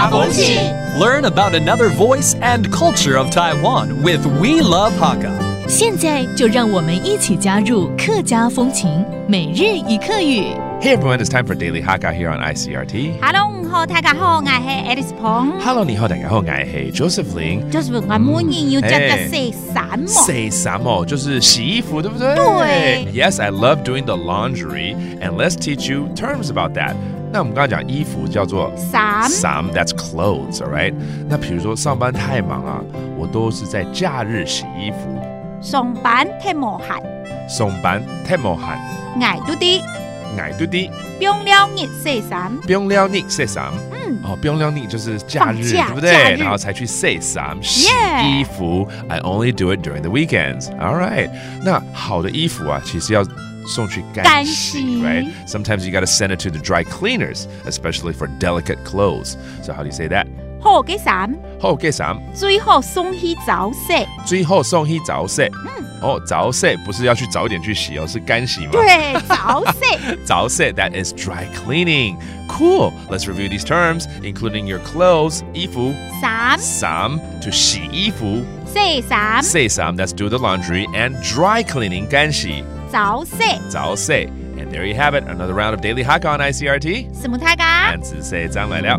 Learn about another voice and culture of Taiwan with We Love Hakka. 现在就让我们一起加入客家风情每日一课语。 Hey everyone, it's time for Daily Hakka here on ICRT. Hello，好，大家好，我系 Alice 彭。 Hello，你好，大家好，我系 Joseph 林。就是我每年要着嘅哎四散帽， Say samo 就是洗衣服，对不对？对 Yes, I love doing the laundry, and let's teach you terms about that. 那我们刚刚讲衣服叫做散 some, that's clothes, all right? 那比如说上班太忙啊，我都是在假日洗衣服。上班太磨闲，上班太忙闲，挨到啲挨到啲。冰了热四散，冰了你 say some，嗯，哦，冰了你就是假日，放假对假不对？日然后才去 say some 洗 Yeah 衣服。I only do it during the weekends. All right，那好的衣服啊，其实要。送去干干洗洗，right? Sometimes you gotta send it to the dry cleaners, especially for delicate clothes. So how do you say that? 好嘅散后给啥？最好送去早洗。最后送去早洗。哦，早洗不是要去早一点去洗哦，是干洗吗？对，早洗。早洗, that is dry cleaning. Cool. Let's review these terms, including your clothes, 衣服,散 sam, to 洗衣服,四散 say sam, that's do the laundry, and dry cleaning, 干洗,早洗，早洗. And there you have it, another round of Daily Hack on ICRT. 什么大家？汉字say张来了。